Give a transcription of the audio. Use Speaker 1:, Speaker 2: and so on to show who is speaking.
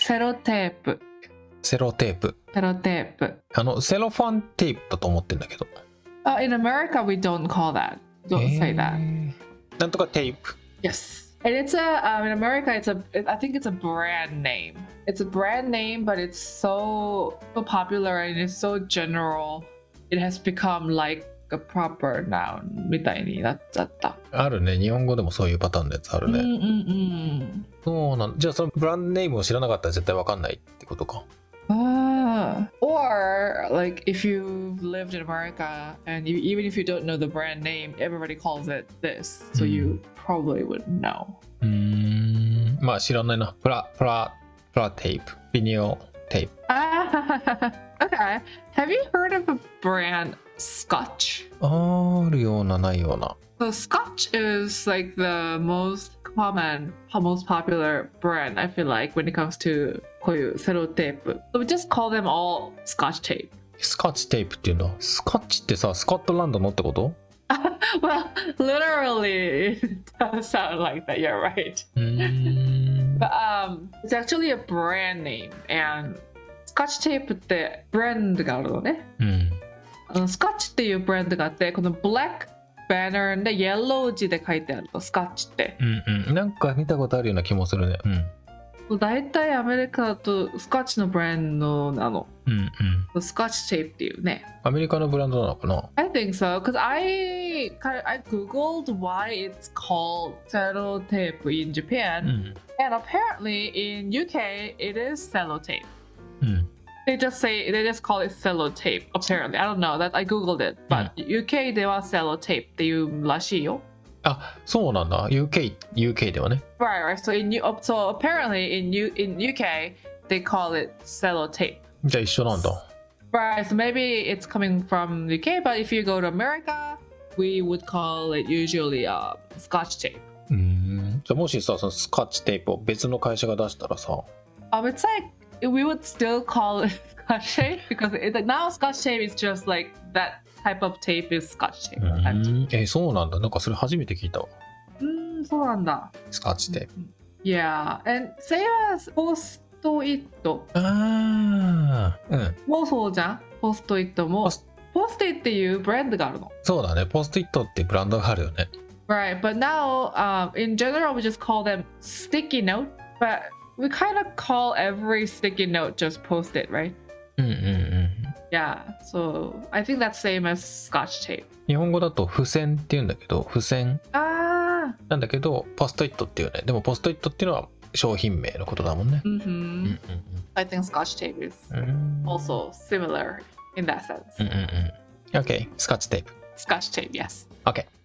Speaker 1: セロテープ
Speaker 2: セロテープ。
Speaker 1: セロテープ
Speaker 2: あの、セロファンテープだと思ってんだけど。
Speaker 1: Uh, in America, we don't call that. Don't say that.
Speaker 2: えーなんとかテープ。
Speaker 1: Yes. And it's a um, in America. It's a it, I think it's a brand name. It's a brand name, but it's so so popular and it's so general. It has become like a proper noun みたいになっちゃった。
Speaker 2: あるね。日本語でもそういうパターンのやつあ
Speaker 1: う
Speaker 2: る
Speaker 1: んう
Speaker 2: ね。
Speaker 1: んうん。
Speaker 2: そうなんじゃあそのブランドネームを知らなかったら絶対わかんないってことか。
Speaker 1: Ah, or like if you've lived in America and you, even if you don't know the brand name, everybody calls it this, so you probably would know.
Speaker 2: うーん。まあ知らないな。プラ、プラ、プラテープ。ビニオテープ。
Speaker 1: Ah, okay. Have you heard of a brand Scotch?
Speaker 2: あるようなないような。
Speaker 1: So Scotch is like the most common, most popular brand. I feel like when it comes to こういうセロテープ So we just call them all Scotch tape.
Speaker 2: スカッチテープっていうんだ。スカッチってさ、スコットランドのってこと
Speaker 1: Well, literally, it does sound like that. You're right.
Speaker 2: うーん。
Speaker 1: But um, it's actually a brand name, and Scotch tape ってブランドがあるのね。
Speaker 2: うん。
Speaker 1: あのスカッチっていうブランドがあって、この Black Banner で Yellow 字で書いてあるの、スカッチって。
Speaker 2: うんうん。なんか見たことあるような気もするね。
Speaker 1: 大体アメリカだとスカッチのブランドなの。
Speaker 2: うん。うんうん。
Speaker 1: スカッチテープっていうね。
Speaker 2: アメリカのブランドなのかな
Speaker 1: I think so, because I, I googled why it's called sellotape in
Speaker 2: う
Speaker 1: Japan,
Speaker 2: ん。
Speaker 1: and apparently in UK it is sellotape.
Speaker 2: うん。
Speaker 1: They just say they just call it sellotape. Apparently, I don't know that I googled it, but UK では sellotape っていうらしいよ。
Speaker 2: あ、そうなんだ。UK、UK ではね。
Speaker 1: Right, right. So in U, so apparently in U in UK they call it sellotape.
Speaker 2: じゃあ一緒なんだ。
Speaker 1: Right, so maybe it's coming from UK, but if you go to America, we would call it usually uh, Scotch tape.
Speaker 2: うーん。じゃあもしさ、そのスカッチテープを別の会社が出したらさ、
Speaker 1: Um, it's like we would still call it Scotch tape because it, like, now Scotch tape is just like that type of tape is Scotch tape.
Speaker 2: うーんえそうなんだなんかそれ初めて聞いたわ
Speaker 1: Mm, そうなんだ。
Speaker 2: スカッチテープ
Speaker 1: Yeah, and same as post it
Speaker 2: ああうん
Speaker 1: もそうじゃんポストイットも
Speaker 2: ポス
Speaker 1: ポストイットっていうブランドがあるの。
Speaker 2: そうだねポストイットってブランドがあるよね
Speaker 1: Right, but now, um, in general, we just call them sticky note, but we kind of call every sticky note just post it, right?
Speaker 2: うんうんうん
Speaker 1: Yeah, so I think that's same as scotch tape.
Speaker 2: 日本語だと付箋って言うんだけど付箋
Speaker 1: Ah,
Speaker 2: なんだけどポストイットっていうねでもポストイットっていうのは商品名のことだもんね
Speaker 1: mm-hmm.
Speaker 2: うんうん
Speaker 1: I think scotch tape is
Speaker 2: うんうん
Speaker 1: also
Speaker 2: Mm.
Speaker 1: similar in that sense.
Speaker 2: うんうんうん OK スカッチテープ
Speaker 1: Scotch tape, yes.
Speaker 2: OK